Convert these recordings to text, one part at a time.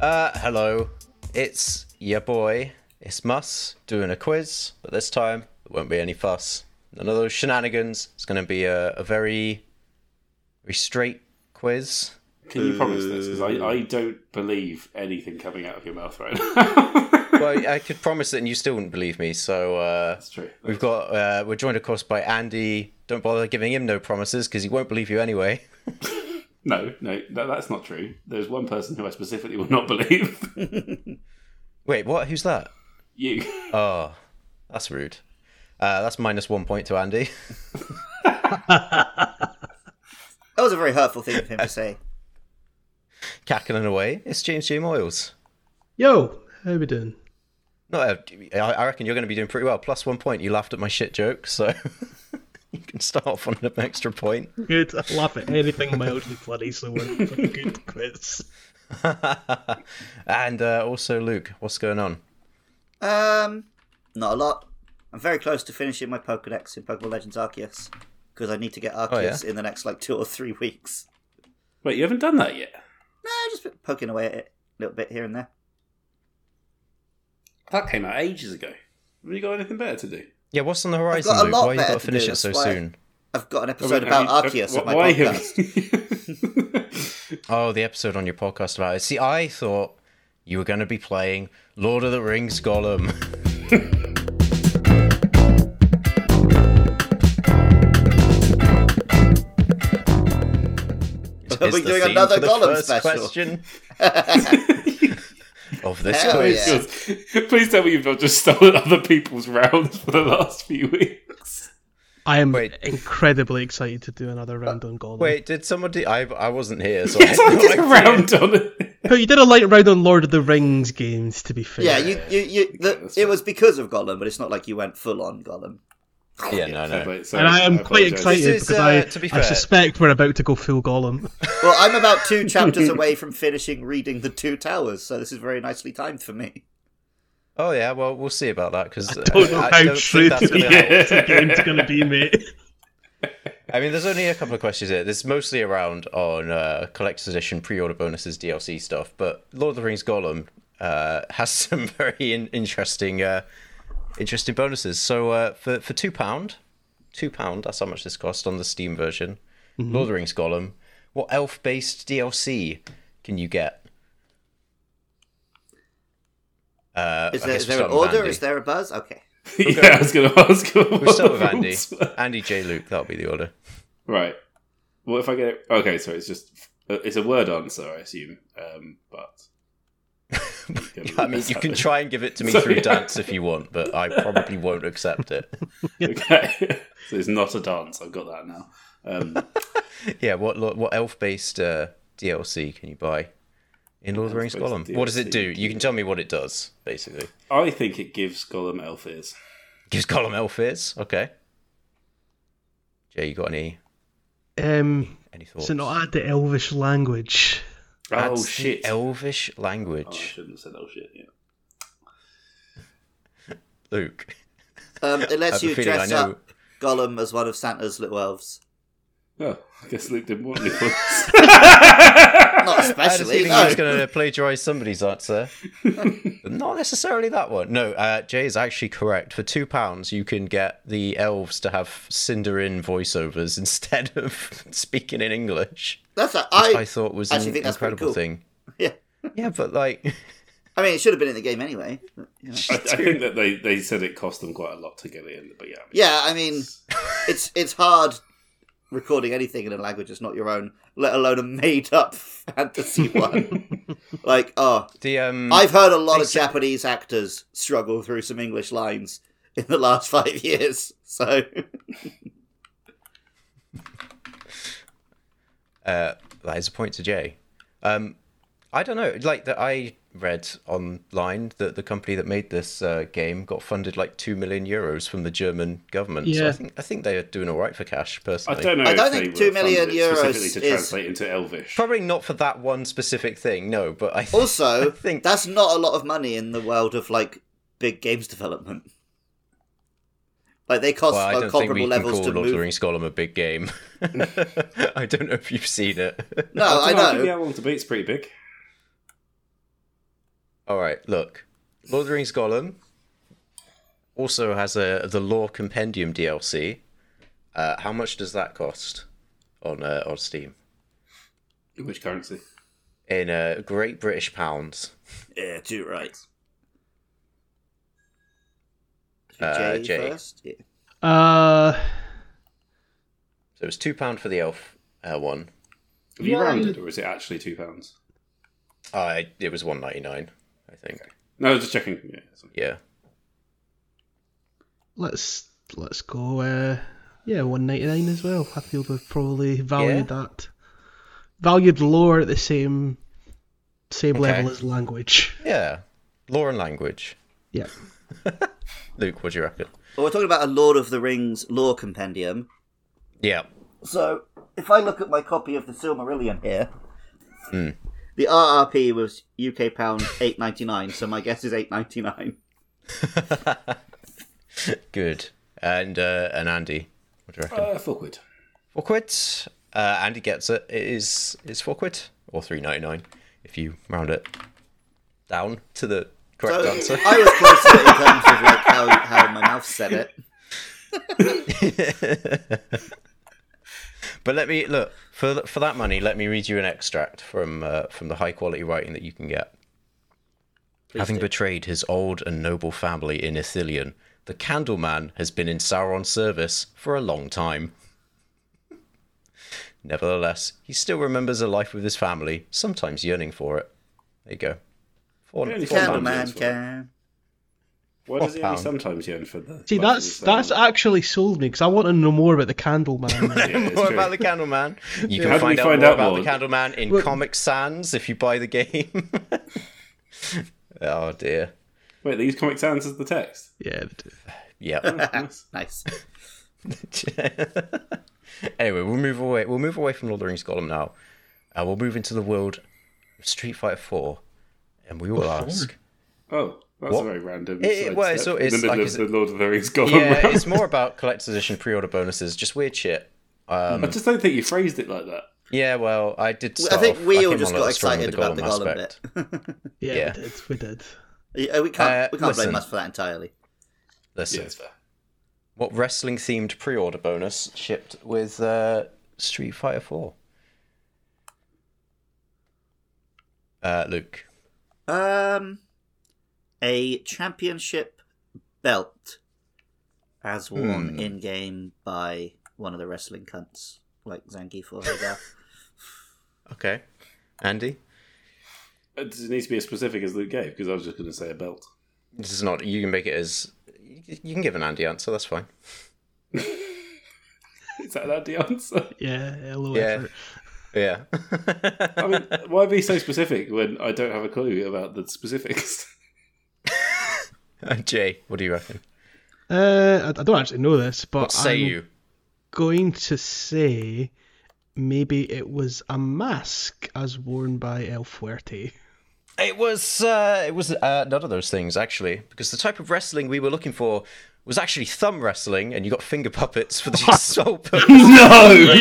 Uh, hello. It's your boy. It's Mus doing a quiz, but this time there won't be any fuss. None of those shenanigans. It's going to be a, a very, very straight quiz. Can you promise this? Because I, I don't believe anything coming out of your mouth right now. well, I could promise it, and you still wouldn't believe me. So uh, That's true. we've got uh, we're joined, of course, by Andy. Don't bother giving him no promises because he won't believe you anyway. No, no, that, that's not true. There's one person who I specifically will not believe. Wait, what? Who's that? you. Oh, that's rude. Uh, that's minus one point to Andy. That was a very hurtful thing of him to say. Cackling away. It's James G. Moyles. Yo, how we doing? No, uh, I I reckon you're going to be doing pretty well. Plus one point. You laughed at my shit joke, so you can start off on an extra point. Good. I laugh at anything mildly funny, so we're for a good quiz. and uh, also, Luke, what's going on? Um, not a lot. I'm very close to finishing my Pokedex in Pokemon Legends Arceus because I need to get Arceus Oh, yeah? in the next like two or three weeks. Wait, you haven't done that yet? No, just been poking away at it a little bit here and there. That came out ages ago. Have you got anything better to do? Yeah, what's on the horizon, got a Luke? lot Why you better got to to finish do, it so that's why- soon? I've got an I episode mean, about have you- Arceus in my why have podcast. you- Oh, the episode on your podcast about it. See, I thought you were going to be playing Lord of the Rings Gollum. We're Is the doing theme another for the Gollum first special. question of this Hell quiz. yeah. Please tell me you've not just stolen other people's rounds for the last few weeks. I am Wait. incredibly excited to do another round on Gollum. Wait, did somebody? I I wasn't here, so Yes, I I have did no a idea. round on it. But you did a light round on Lord of the Rings games, to be fair. Yeah, you, you, you the, that's it fine. was because of Gollum, but it's not like you went full on Gollum. Yeah, no, Fair no. play, sorry, And I am quite apologise. excited This is, because uh, I, to be I fair- suspect we're about to go full Gollum. Well, I'm about two chapters away from finishing reading The Two Towers, so this is very nicely timed for me. Oh yeah, well we'll see about that because I don't know I how don't true think that's the gonna Yeah. help. the game's going to be, mate. I mean, there's only a couple of questions here. There's mostly around on uh, collector's edition, pre-order bonuses, DLC stuff. But Lord of the Rings Gollum uh, has some very in- interesting, uh, interesting bonuses. So uh, for for two pound, two pound. That's how much this cost on the Steam version. Mm-hmm. Lord of the Rings Gollum. What elf-based DLC can you get? Uh, Is I there, guess is we'll there an start with order? Andy. Is there a buzz? Okay. Yeah, I was going to ask. We'll start with Andy. Andy J. Luke. That'll be the order. Right. Well, if I get it? Okay, so it's just it's a word answer, I assume. Um, but I mean, you can try and give it to me So, through yeah. dance if you want, but I probably won't accept it. okay. so it's not a dance. I've got that now. Um, Yeah, what lo- what elf based uh, DLC can you buy in Lord of the Rings Elf-based Gollum? What does it do? DLC. You can tell me what it does, basically. I think it gives Gollum elf ears. Gives Gollum elf ears. Okay. Jay, you got any Um, any thoughts? so not add the elvish language. Oh That's the shit! Elvish Oh, I language, shouldn't have said oh shit. Yeah. Luke. Um, it I lets have a you feeling I dress know. up Gollum as one of Santa's little elves. Oh, I guess Luke didn't want me. for this. Not I had a especially. feeling he No. was going to plagiarise somebody's answer. But not necessarily that one. No, uh, Jay is actually correct. For two pounds, you can get the elves to have Cinderin voiceovers instead of speaking in English, That's a, which I, I, thought was actually an think that's pretty incredible cool. thing. Yeah. Yeah, but like, I mean, it should have been in the game anyway. I, I think that they, they said it cost them quite a lot to get it in, but yeah. I mean, Yeah, I mean, it's it's hard recording anything in a language that's not your own, let alone a made up fantasy one. like, oh, the um, I've heard a lot of They said- Japanese actors struggle through some English lines in the last five years. So, uh, that is a point to Jay. Um, I don't know. Like that, I read online that the company that made this uh, game got funded like two million euros from the German government. So I Yeah. think I think they are doing all right for cash. I Personally, don't know. I don't if think they were two million funded euros specifically to is- translate into Elvish. Probably not for that one specific thing, no. But I think also, I think- that's not a lot of money in the world of like big games development. Like they cost well, I uh, don't think comparable we can call levels to Lord of the move. Rings Gollum a big game. I don't know if you've seen it. No, I dunno, know. think The Owl to Beat's pretty big. All right, look, Lord of the Rings Gollum also has a the Lore Compendium DLC. Uh, how much does that cost on uh, on Steam In which currency? in uh, Great British pounds? Yeah, too right. Uh, Jay, Jay. first. Yeah. Uh, So it was two pound for the elf uh, one. Have you Yeah, rounded, I- or is it actually two pounds? Uh, it was one ninety nine, I think. No, I was just checking. Yeah, that's fine. Yeah. let's let's go. Uh, yeah, one ninety nine as well. I feel they've probably valued that, valued lore at the same same Okay. level as language. Yeah. Lore and language. Yeah. Luke, what do you reckon? Well, we're talking about a Lord of the Rings lore compendium. Yeah. So, if I look at my copy of the Silmarillion here, Hmm. the RRP was UK pound eight ninety nine. So my guess is eight ninety nine. Good. And uh, and Andy, what do you reckon? Uh, four quid. Four quid. Uh, Andy gets it. It is it's four quid or three ninety nine if you round it down to the correct So answer. I was closer in terms of like how, how my mouth said it. But let me look for th- for that money. Let me read you an extract from uh, from the high quality writing that you can get. Having betrayed his old and noble family in Ithilien, the Candleman has been in Sauron's service for a long time. Nevertheless, he still remembers a life with his family, sometimes yearning for it. There you go. Four, Really four candle pounds. man. Candleman can. Why does he only pound. sometimes yearn for the? See, that's that's actually sold me because I want to know more about the Candleman. Yeah, it's More true. about the Candleman. You can How do find we out find more out about more? the Candleman in Well- Comic Sans if you buy the game. oh dear. Wait, they use Comic Sans as the text. yeah. they do. Yeah. Nice. Nice. anyway, we'll move away. We'll move away from Lord of the Rings Gollum now. Uh, we'll move into the world of Street Fighter Four, and we will ask. Oh, that's What? a very random. It- side well, step. so it's in the middle like- of the Lord of the Rings Gollum. Yeah, round. it's more about collector's edition pre-order bonuses, just weird shit. Um, I just don't think you phrased it like that. Yeah, well, I did. Start I think off- we all came just on a got little strong with excited about the Gollum aspect. bit. Yeah, Yeah. we did. We did. Yeah, we can't Uh, we can't listen. blame us for that entirely. Listen, Yeah, it's fair. what wrestling themed pre-order bonus shipped with uh, Street Fighter 4? Uh, Luke. Um, a championship belt as worn Hmm. in game by one of the wrestling cunts, like Zangief or Hagar. Okay. Andy. Uh, Does it need to be as specific as Luke gave? Because I was just going to say a belt. This is not. You can make it as. You can give an Andy answer. That's fine. Is that that the answer? Yeah, yeah, low Yeah. effort. Yeah. I mean, why be so specific when I don't have a clue about the specifics? Jay, what do you reckon? Uh, I I don't actually know this, but What say I'm you? going to say maybe it was a mask as worn by El Fuerte. It was. Uh, it was uh, none of those things actually, because the type of wrestling we were looking for was actually thumb wrestling, and you got finger puppets for the sole purpose. no.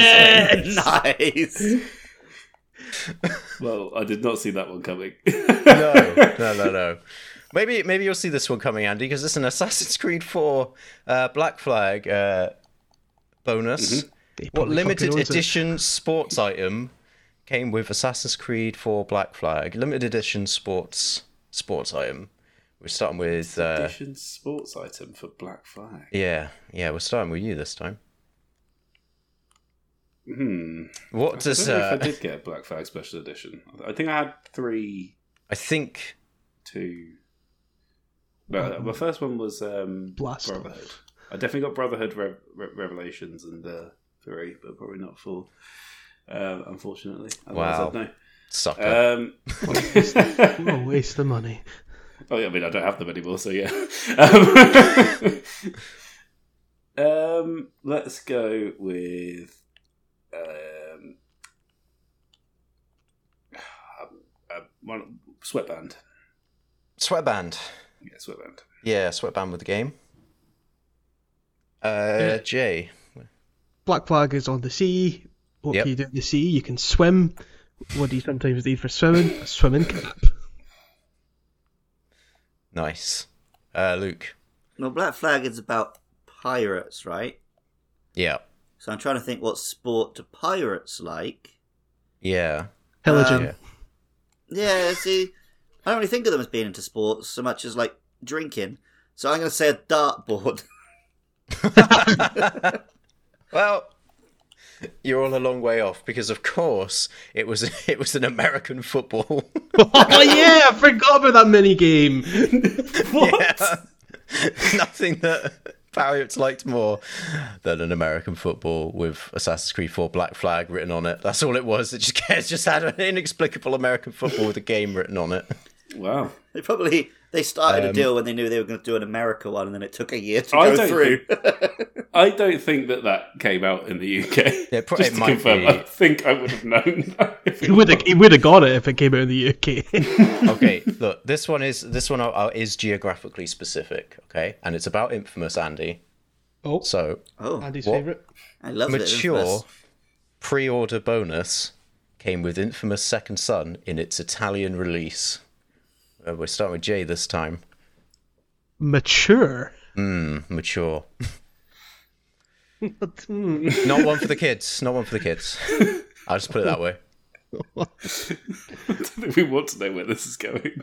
nice. Well, I did not see that one coming. no, no, no, no. Maybe maybe you'll see this one coming, Andy, because it's an Assassin's Creed 4 uh, Black Flag uh, bonus. Mm-hmm. He What probably limited fucking owns it. edition sports item came with Assassin's Creed 4 Black Flag? Limited edition sports sports item. We're starting with uh, Edition sports item for Black Flag. yeah, yeah. We're starting with you this time. Hmm. What I does don't know if I uh, did get a Black Flag special edition. I think I had three, I think? two. No, my first one was um, Blast off. Brotherhood. I definitely got Brotherhood Re- Re- Revelations and uh, three, but probably not four. Um, unfortunately, Otherwise Wow. I'd know. Sucker. Um, What a waste of money. oh, yeah, I mean, I don't have them anymore, so yeah. Um, um, let's go with um, uh, one, sweatband. sweatband. Yeah, sweatband. Yeah, sweatband with the game. Uh, Jay. Black flag is on the sea. What Yep. can you do in the sea? You can swim. What do you sometimes need for swimming? A swimming cap. Nice. Uh, Luke. No, Black Flag is about pirates, right? Yeah. So I'm trying to think what sport do pirates like. Yeah. Pillaging. Uh, Yeah. Yeah, see, I don't really think of them as being into sports so much as like drinking. So I'm going to say a dartboard. Well, you're all a long way off because, of course, it was it was an American football. oh yeah, I forgot about that mini game. Yeah. Nothing that pirates liked more than an American football with Assassin's Creed 4 Black Flag written on it. That's all it was. It just, it just had an inexplicable American football with a game written on it. Wow. They probably they started a deal when they knew they were going to do an America one, and then it took a year to I go don't through. I don't think that that came out in the UK. Yeah, pro- Just it to might confirm, be. I think I would have known. that if He would have he would have got it if it came out in the UK. Okay, look, this one is this one uh, uh, is geographically specific. Okay, and it's about Infamous Andy. oh, So Oh, Andy's What? favourite. I love it. mature pre-order bonus came with Infamous Second Son in its Italian release. Uh, we're starting with J this time. Mature. Mature. Hmm. Not one for the kids. Not one for the kids. I'll just put it that way. we want to know where this is going.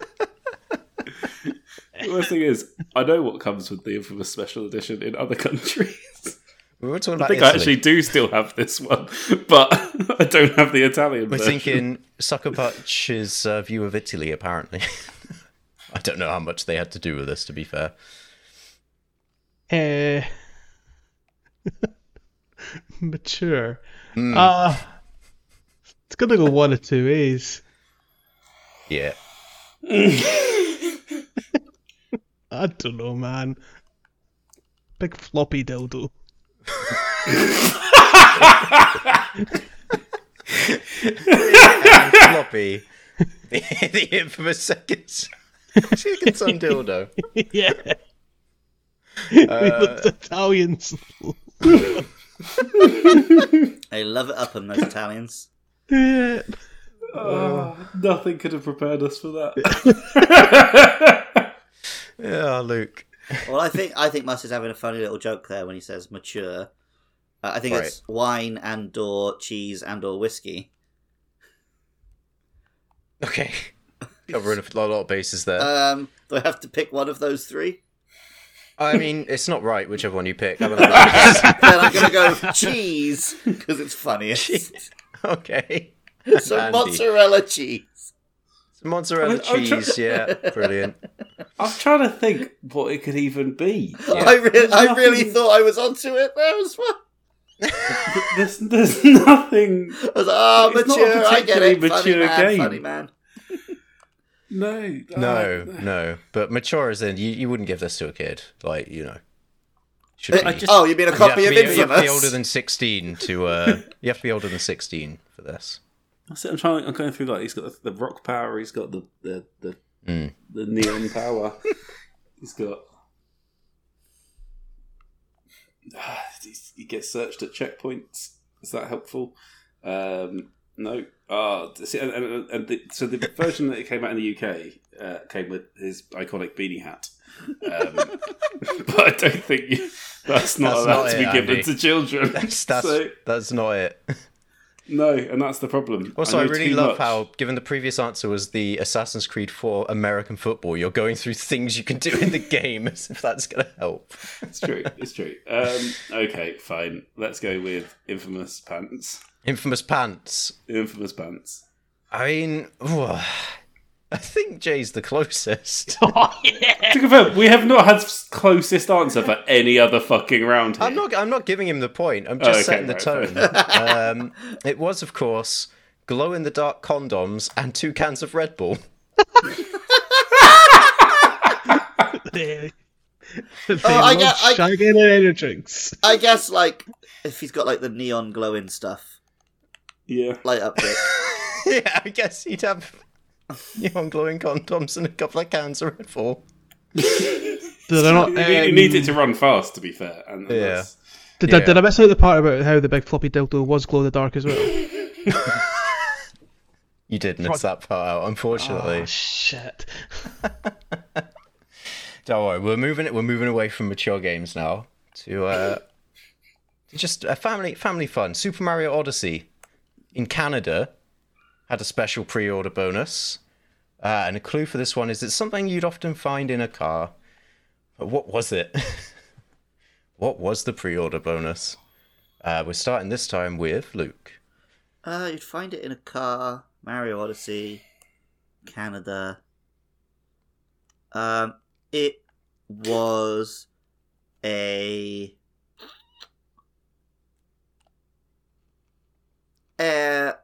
the worst thing is, I know what comes with the infamous special edition in other countries. We were talking I about think I Italy. actually do still have this one, but I don't have the Italian We're version. thinking Sucker Punch's uh, view of Italy, apparently. I don't know how much they had to do with this, to be fair. Eh. mature. Hmm. Uh, it's gonna go one or two ways. Yeah. I don't know, man. Big floppy dildo. Floppy. the, the infamous second son, second son dildo. yeah. we looked Italians. I love it up on those Italians. Yeah. Oh, nothing could have prepared us for that. Yeah, Luke. Well, I think I think Mus is having a funny little joke there when he says mature. Uh, I think Right. it's wine and or cheese and or whiskey. Okay. Uh, Covering a lot of bases there. Um, do I have to pick one of those three? I mean, it's not right whichever one you pick. I'm allowed to guess. Then I'm going to go cheese because it's funniest. okay. So Andy. mozzarella cheese. Mozzarella I mean, I'm try- cheese, yeah. Brilliant. I'm trying to think what it could even be. I, re- I Nothing- really thought I was onto it there as well. There's, there's nothing. I was like, oh, It's not a mature, I get it. particularly mature funny man, game. funny man. No. No, no. But mature as in, you, you wouldn't give this to a kid. Like, you know. Should Uh, oh, you mean a copy you of have, to be, you have to be Infamous? older than 16 to, uh, you have to be older than 16 for this. That's it, I'm trying. I'm going through like he's got the, the rock power. He's got the the the, Mm. the neon power. he's got. Ah, he's- he gets searched at checkpoints. Is that helpful? Um, no. Ah, see, and, and, and the, so the version that came out in the UK uh, came with his iconic beanie hat. Um, but I don't think you, that's not That's allowed not to it, be given Andy. to children. That's, that's, So, that's not it. no, and that's the problem. Also, I, know really too love much. how, given the previous answer was the Assassin's Creed 4 American football, you're going through things you can do in the game as if that's going to help. It's true. It's true. Um, okay, fine. Let's go with infamous pants. Infamous Pants. Infamous pants. I mean, I think Jay's the closest. To confirm, we have not had s- closest answer for any other fucking round. Here. I'm not. I'm not giving him the point. I'm just Oh, okay, setting the right, tone. um, it was, of course, glow in the dark condoms and two cans of Red Bull. They, they I love get- I- shagging and energy drinks. I guess, like, if he's got, like, the neon glowing stuff, Yeah. light up there. yeah, I guess he'd have neon glowing condoms and a couple of cans of Red Bull. Did I not? You need- you um, need it to run fast, to be fair. And Yeah. that's- Did, I, Yeah. did I miss out the part about how the big floppy dildo was glow in the dark as well? Ah, You did miss that part out, unfortunately. oh, shit. Don't worry, we're moving it. We're moving away from mature games now to uh, just a family family fun. Super Mario Odyssey in Canada had a special pre-order bonus, uh, and a clue for this one is it's something you'd often find in a car. But what was it? what was the pre-order bonus? Uh, we're starting this time with Luke. Uh, you'd find it in a car, Mario Odyssey, Canada. Um, it was a. Air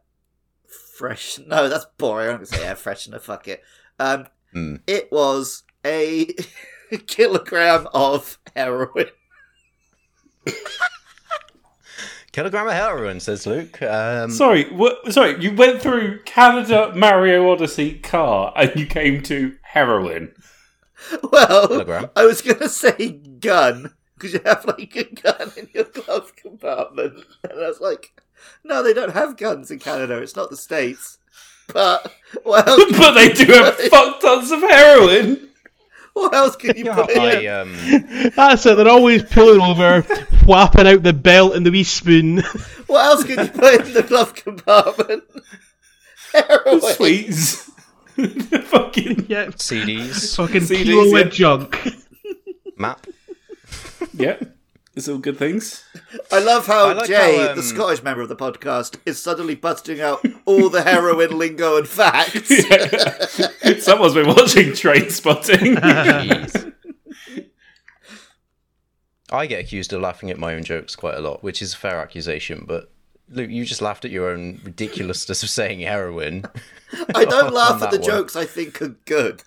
fresh. No, that's boring. I'm gonna say air freshener. Fuck it. Um, Hmm. it was a kilogram of heroin. Kilogram of heroin, says Luke. Um, Sorry, what, sorry. You went through Canada, Mario Odyssey, car, and you came to heroin. Well, Kilogram. I was gonna say gun because you have like a gun in your glove compartment, and I was like, no, they don't have guns in Canada. It's not the states. But what else? but they do have fuck tons of heroin. What else can you you know how put in? I, um, That's it. They're always pulling over, whapping out the belt and the wee spoon. What else can you put in the glove compartment? Heroin. Sweets. Fucking yep. CDs, Fucking CDs, pure with yeah. junk. map. yeah. It's all good things. I love how I like Jay, how, um, the Scottish member of the podcast, is suddenly busting out all the heroin lingo and facts. Someone's been watching Train Spotting. Jeez. I get accused of laughing at my own jokes quite a lot, which is a fair accusation, but Luke, you just laughed at your own ridiculousness of saying heroin. I don't laugh that at the one. jokes I think are good,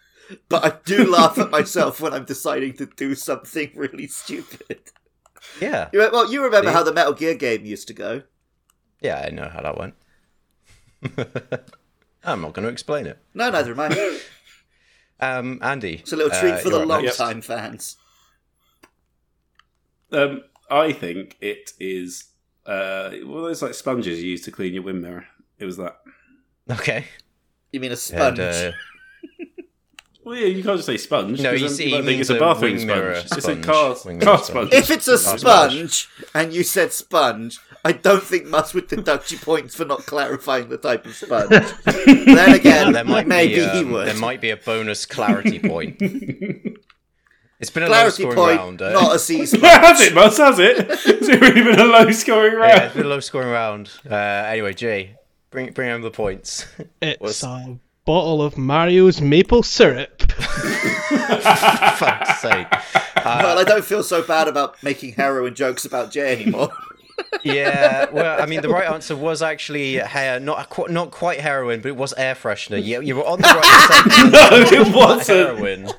but I do laugh at myself when I'm deciding to do something really stupid. Yeah. You re- well, you remember Yeah. how the Metal Gear game used to go. Yeah, I know how that went. I'm not going to explain it. No, neither am I. Um, Andy. It's a little treat uh, for you're the up long next. time fans. um, I think it is uh, one of those like sponges you use to clean your wind mirror. It was that. Okay. You mean a And, sponge? uh, Well, yeah, you can't just say sponge. No, 'cause you then see, people he think means it's a a bathroom wing mirror sponge. It's a sponge. car, Wing car mirror sponge. sponge. If it's a Not sponge. sponge and you said sponge, I don't think Mus would deduct you points for not clarifying the type of sponge. then again, there might maybe be, um, he would. There might be a bonus clarity point. it's been a clarity low point, scoring round. eh? not a C Yeah, has sponge. it, Mus? Has it? It's really been a low scoring round. yeah, it's been a low scoring round. Uh, anyway, Jay, bring bring home the points. It's What's- a bottle of Mario's maple syrup. Fuck's sake. well, I don't feel so bad about making heroin jokes about Jay anymore. Yeah, well, I mean, the right answer was actually hair, not qu- not quite heroin, but it was air freshener. Yeah, you were on the right side. no, it wasn't. Heroin.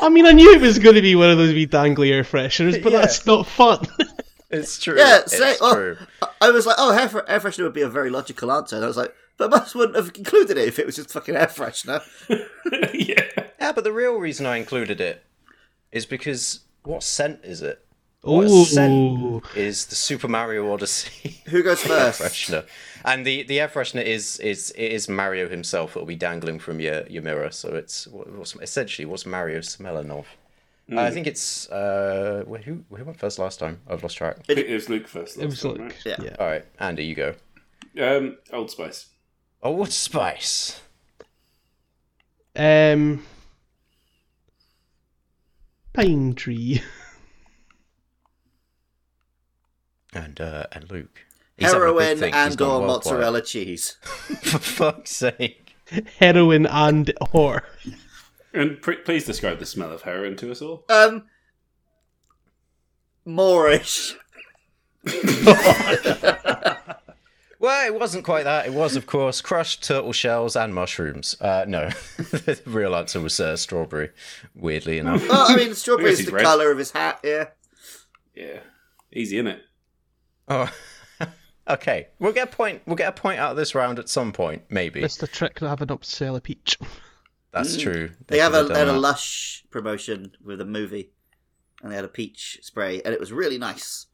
I mean, I knew it was going to be one of those wee dangly air fresheners, but Yeah. that's not fun. It's true. yeah, it's say, true. well, I- I was like, oh, hair, fre- air freshener would be a very logical answer. And I was like, but Mus wouldn't have included it if it was just fucking air freshener. yeah. Yeah, but the real reason I included it is because what scent is it? What Oh, scent is the Super Mario Odyssey Who goes air first? freshener? And the, the air freshener is is it is Mario himself that will be dangling from your, your mirror. So it's what- what's essentially what's Mario smelling of. Uh, Hmm. I think it's uh, wh- who who went first last time? I've lost track. It was Luke first. it was like Yeah. yeah. All right, Andy, you go. Um, Old Spice. Oh, what spice? Um, pine tree. And uh, and Luke. He's having a big Heroin think. He's and gone or worldwide. mozzarella cheese. For fuck's sake! heroin and whore. And pr- please describe the smell of heroin to us all. Um, Moorish. Well, it wasn't quite that. It was, of course, crushed turtle shells and mushrooms. Uh, no, the real answer was uh, strawberry. Weirdly enough. Well, I mean, strawberry I guess is he's the right. colour of his hat, yeah. Yeah. Easy, is it? Oh, okay. We'll get a point. We'll get a point out of this round at some point, maybe. It's the trick to having up to sell a peach. That's true. Mm. They have a, could've they done had a that. lush promotion with a movie, and they had a peach spray, and it was really nice.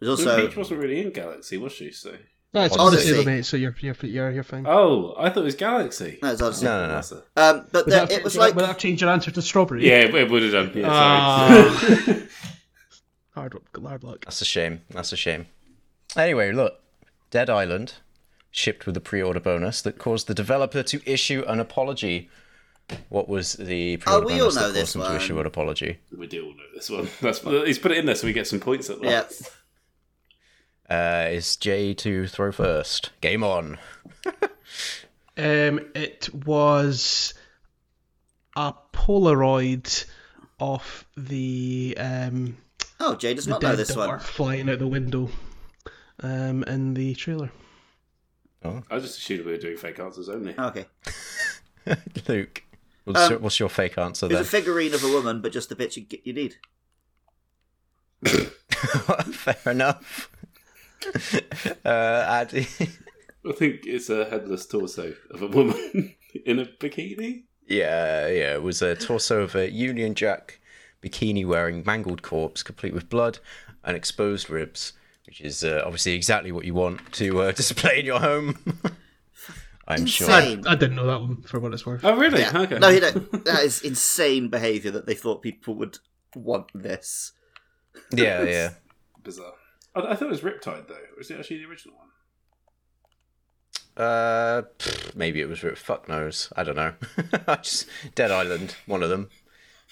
There's Also, also Peach wasn't really in Galaxy, was she? So No, it's Odyssey. Odyssey, mate. So you're you're you're, you're Uh, fine. Oh, I thought it was Galaxy. Oh, No, it's Odyssey. No, no, no. That's a- Um, but Would there, that- it was would like that- would that change your answer to strawberry? Yeah, it would have done. Yeah, sorry. Ah. Hard, hard luck. That's a shame. That's a shame. Anyway, look, Dead Island shipped with a pre-order bonus that caused the developer to issue an apology. What was the pre-order Oh, we all bonus know that this caused them one. to issue an apology? we do all know this one. That's he's put it in there so we get some points at yeah, last. Uh, is Jay to throw first? Game on. Um, it was a Polaroid of the um Oh, Jay does the not know dead this dwarf one. flying out the window, um, in the trailer. I just assumed we were doing fake answers only. Okay. Luke, what's, Um, your, what's your fake answer It was then? a figurine of a woman, but just the bit you, you need. Fair enough. uh, Addy. I think it's a headless torso of a woman in a bikini. Yeah, yeah. It was a torso of a Union Jack bikini wearing mangled corpse, complete with blood and exposed ribs, which is uh, obviously exactly what you want to uh, display in your home. I'm sure. Insane. I didn't know that one for what it's worth. Oh, really? Yeah. Okay. No, you don't. That is insane behaviour that they thought people would want this. Yeah, yeah. Bizarre. I, I thought it was Riptide though. Or is it actually the original one? Uh, pfft, maybe it was Rip. Fuck knows. I don't know. I just Dead Island, one of them.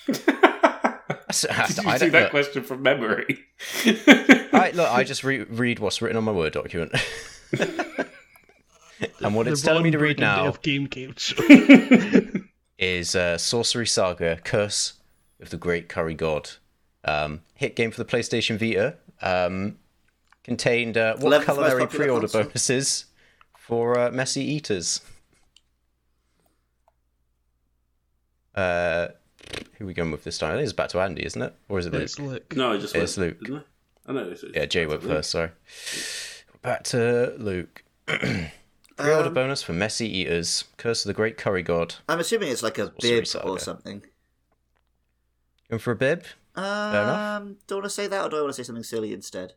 That's- Did you I see don't that look, question from memory? I, look, I just re- read what's written on my Word document. and what The it's telling me to read groundbreaking now day Of game cage. is uh, Sorcery Saga: Curse of the Great Curry God. Um, hit game for the PlayStation Vita. Um, contained uh, what 11th most culinary popular pre-order console. bonuses for uh, messy eaters? Uh, who are we going with this time? I think it's back to Andy, isn't it? Or is it Luke? Let's look. no, I just It's went, Luke. Didn't I? I know. It's, Yeah, Jay went first. Sorry. Back to Luke. Pre-order Um, bonus for messy eaters. Curse of the Great Curry God. I'm assuming it's like a Sorcery bib or Saga. something. Going for a bib? enough. Um, do I want to say that, or do I want to say something silly instead?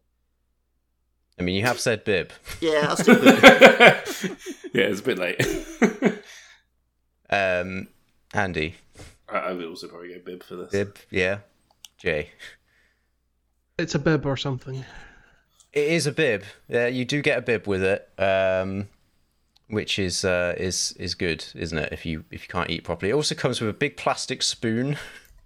I mean, you have said bib. Yeah, I'll stick with yeah, it's a bit late. Um, Andy, I, I would also probably go bib for this. Bib, yeah, Jay. It's a bib or something. It is a bib. Yeah, you do get a bib with it, um, which is uh, is is good, isn't it? If you if you can't eat properly, it also comes with a big plastic spoon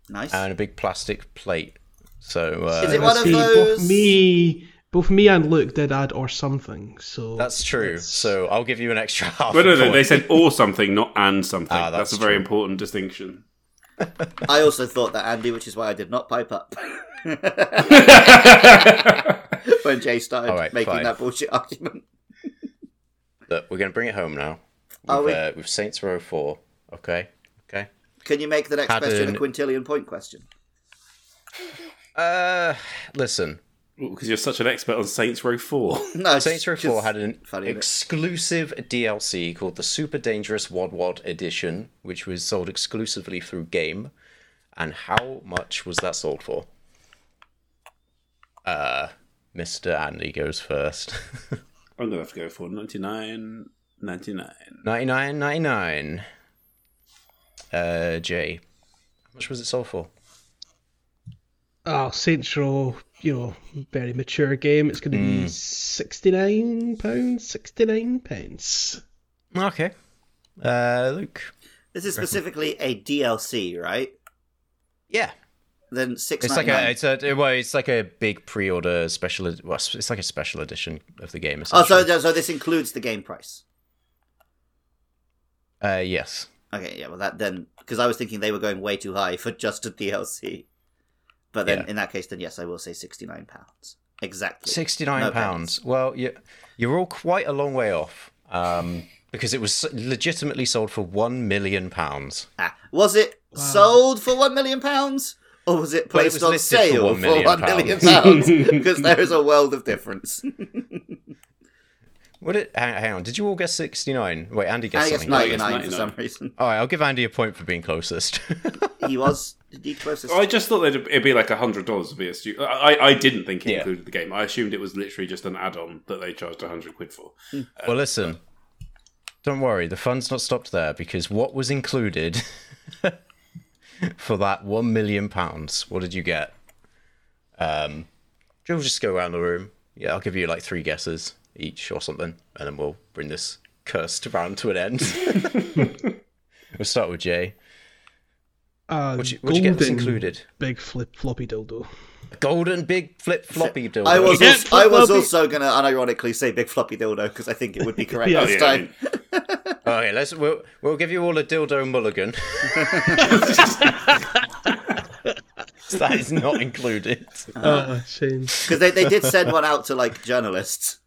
nice. and a big plastic plate. So uh, Is it one of See, those? Both me, both me and Luke did add or something. So that's true. So I'll give you an extra half. But no, no, point. they said or something, not and something. Ah, that's, that's a very true. important distinction. I also thought that Andy, which is why I did not pipe up when Jay started All right, making fine. that bullshit argument. Look, we're gonna bring it home now. With, Are we- uh, with Saints Row Four. Okay. Okay. Can you make the next Had question an- a quintillion point question? Uh, listen. Because you're such an expert on Saints Row 4. No, Saints Row just- 4 had an funny, isn't it? exclusive DLC called the Super Dangerous Wad Wad Edition, which was sold exclusively through Game. And how much was that sold for? Uh, Mr. Andy goes first. I'm going to have to go for 99.99. 99.99. Uh, Jay, how much was it sold for? oh, Saints Row, you know, very mature game. It's going to Hmm. be sixty nine pounds, sixty nine pence. Okay. Uh, Luke. This is specifically a DLC, right? Yeah. Then six. It's like a, it's a, well, it's like a big pre-order special. ed- Well, it's like a special edition of the game. oh, essentially. so, so this includes the game price. Uh, yes. Okay, yeah, well that then because I was thinking they were going way too high for just a DLC. But then Yeah. in that case, then yes, I will say sixty nine pounds exactly. Sixty-nine No pounds. Well, you you're all quite a long way off, um, because it was legitimately sold for one million pounds. Ah, was it sold for one million pounds, or was it Well, it placed was on listed for sale one for million one million pounds? Because there is a world of difference. What it? Hang, hang on. Did you all guess sixty-nine? Wait, Andy guessed I guess something. ninety nine for 99. some reason. All right, I'll give Andy a point for being closest. He was The D closest. I just thought that it'd it'd be like hundred dollars to be a student. I, I I didn't think it Yeah. included the game. I assumed it was literally just an add-on that they charged hundred quid for. Well, listen, don't worry. The fun's not stopped there because what was included for that one million pounds? What did you get? Um, we'll just go around the room. Yeah, I'll give you like three guesses each or something, and then we'll bring this cursed round to an end. we'll start with Jay. Uh, What you, what you get that's golden included? Big flip floppy dildo. Golden big flip floppy dildo. I was Yeah, also, I was floppy. also gonna unironically say big floppy dildo because I think it would be correct Yeah. this I time. mean, Okay, let's we'll we'll give you all a dildo mulligan. that is not included. Uh-huh. Ah, shame. Because they, they did send one out to like journalists.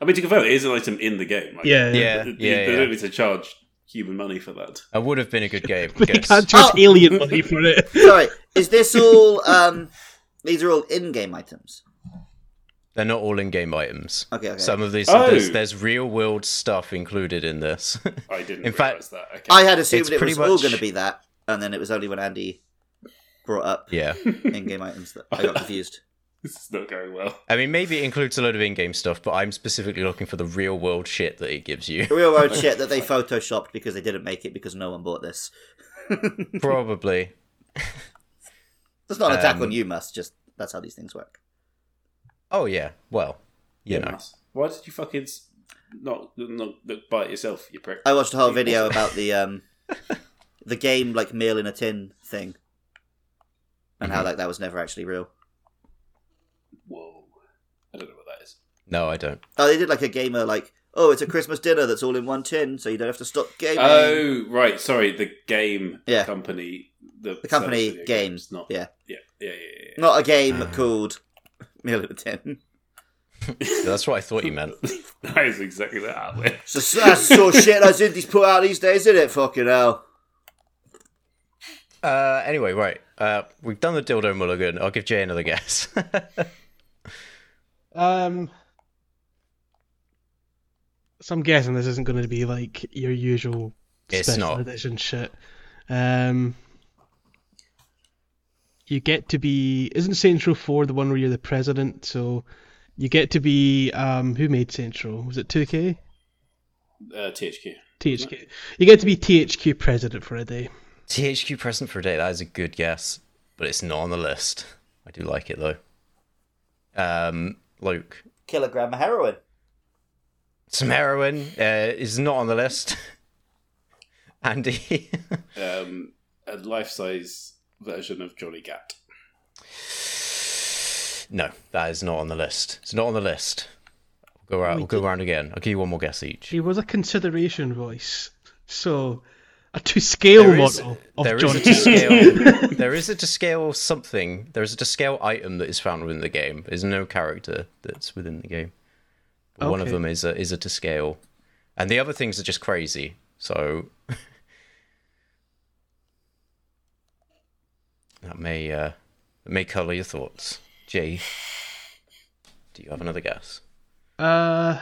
I mean, to confirm, it is an item in the game. Like, Yeah. Yeah, they, yeah, they don't yeah. need to charge human money for that. It would have been a good game. We Gus. can't charge Oh. alien money for it. Sorry, is this all? Um, these are all in-game items. They're not all in-game items. Okay, okay. Some of these, Oh. there's, there's real-world stuff included in this. I didn't In realize fact- that. Okay. I had assumed It's it pretty was all much- going to be that, and then it was only when Andy brought up yeah, in-game items that I got confused. this is not going well. I mean, maybe it includes a load of in-game stuff, but I'm specifically looking for the real-world shit that it gives you. Real world shit that they photoshopped because they didn't make it because no one bought this. Probably. That's not an attack Um, on you, must just that's how these things work. Oh yeah. Well, you know. Mass. Why did you fucking s- not not not buy it yourself, you prick? I watched a whole video about the um, the game like meal in a tin thing, and Mm-hmm. how like that was never actually real. Whoa, I don't know what that is. No, I don't. Oh, they did like a gamer like, oh, it's a Christmas dinner that's all in one tin, so you don't have to stop gaming. Oh, right. Sorry, the game Yeah. company. The, the company sells video games, not Ah. yeah, yeah, yeah, yeah. yeah. not a game called meal in a tin. That's what I thought you meant. That is exactly that. outlet. It's just, that's the sort of shit those indies put out these days, isn't it? Fucking hell. Uh, anyway, right. Uh, we've done the dildo mulligan. I'll give Jay another guess. Um, so I'm guessing this isn't going to be like your usual It's special not. edition shit. Um, you get to be isn't Central Four the one where you're the president? So you get to be um, who made Central? Was it 2K? Uh, THQ. THQ. You get to be THQ president for a day. THQ present for a day. That is a good guess, but it's not on the list. I do like it though. Um, Luke, Kilogram of heroin. some heroin uh, is not on the list. Andy, Um, a life-size version of Johnny Gat. no, that is not on the list. It's not on the list. We'll go around. We'll go around again. I'll give you one more guess each. He was a consideration voice, so a to scale There is- model There of is John. a to scale. there is a to scale something. There is a to scale item that is found within the game. There's no character that's within the game. But One of Okay. them is a, is a to scale, and the other things are just crazy. So that may uh, that may colour your thoughts. Jay, do you have another guess? Uh,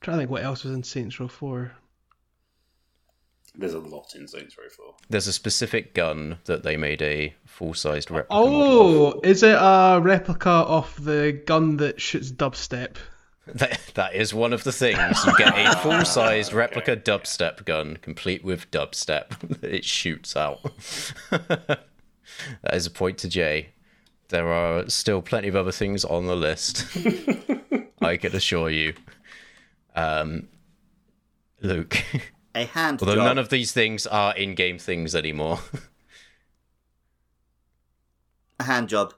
trying to think what else was in Saints Row Four. There's a lot in Saints Row 4. There's a specific gun that they made a full sized replica. model of. Oh, is it a replica of the gun that shoots dubstep? That, that is one of the things. You get a full sized replica dubstep gun, complete with dubstep. that it shoots out. that is a point to Jay. There are still plenty of other things on the list. I can assure you. Um, Luke, A hand although job. none of these things are in game things anymore. a hand job.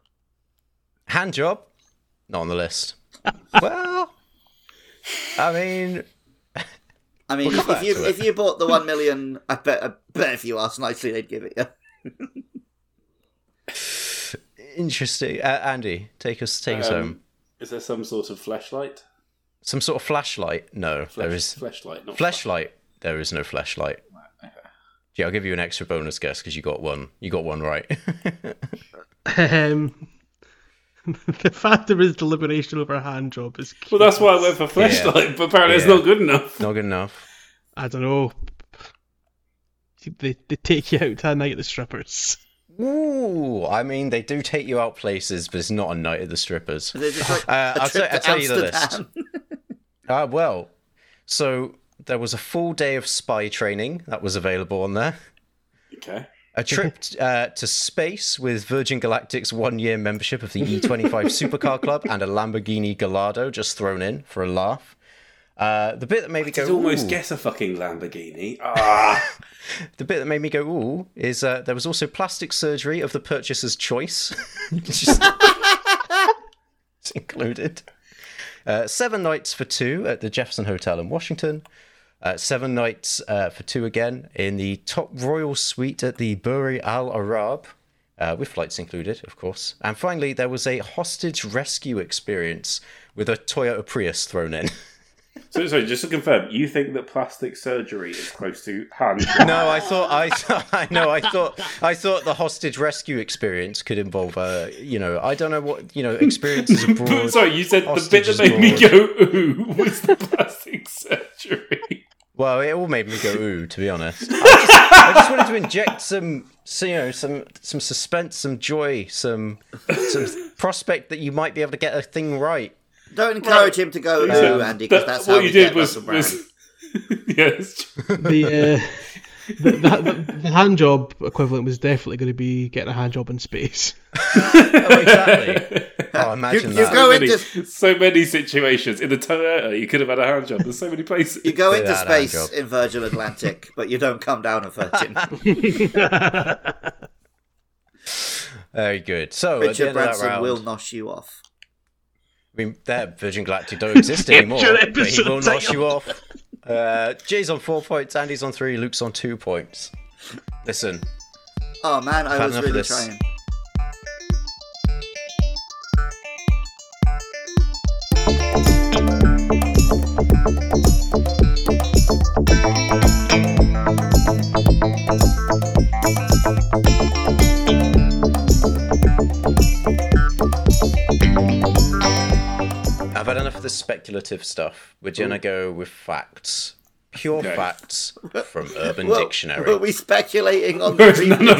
Hand job? Not on the list. well, I mean, I mean, We'll if, come if back you to if you bought the one million, I bet I bet if you asked nicely, they'd give it you. interesting. Uh, Andy, take us take us Um, home. Is there some sort of flashlight? Some sort of flashlight? No, there Flash, is flashlight, not flashlight. There is no flashlight. Yeah, I'll give you an extra bonus guess because you got one. You got one right. Um, the fact there is deliberation over a hand job is. Well, that's why I went for flashlight, but apparently it's Yeah. not good enough. Not good enough. I don't know. they, they take you out to a night at the strippers. Ooh, I mean, they do take you out places, but it's not a night at the strippers. Is it just like Uh, a I'll, trip tell- I'll to tell you the list. Amsterdam? Ah, well, so there was a full day of spy training that was available on there. Okay. A trip uh, to space with Virgin Galactic's one year membership of the E25 Supercar Club and a Lamborghini Gallardo just thrown in for a laugh. Uh, the bit that made me go Did almost "Ooh," get a fucking Lamborghini. Ah, the bit that made me go ooh is uh, there was also plastic surgery of the purchaser's choice, just it's included. Uh, seven nights for two at the Jefferson Hotel in Washington. Uh, seven nights uh, for two again in the top royal suite at the Buri Al Arab, uh, with flights included, of course. And finally, there was a hostage rescue experience with a Toyota Prius thrown in. so sorry. Just to confirm, you think that plastic surgery is close to hand? No, I thought I, th- I know I thought I thought the hostage rescue experience could involve uh, you know I don't know what you know experiences abroad. sorry, you said the bit Hostages that made me board. go ooh was the plastic surgery. Well, it all made me go ooh to be honest. I just, I just wanted to inject some so, you know some some suspense, some joy, some some prospect that you might be able to get a thing right. Don't encourage him to go ooh, Andy, because that's how what we you did get was, Russell Brand. was yes. The, uh, the, the, the hand job equivalent was definitely going to be getting a hand job in space. Oh, exactly. Oh, imagine you that. go- many, into- so many situations in the Toyota. You could have had a hand job. There's so many places. You go Do into that, hand space job. in Virgin Atlantic, but you don't come down a Virgin. Very good. So at the end Richard of that Branson round, will nosh you off. I mean, that Virgin Galactic don't exist anymore. Your But he episode will knock title. you off. Uh, Jay's on four points, Andy's on three, Luke's on two points. Listen, Oh man, I Had was enough of really this. trying. I've had enough of this speculative stuff. We're gonna go with facts, pure Okay. facts from Urban Well, Dictionary. Were we speculating on the Whereas none previous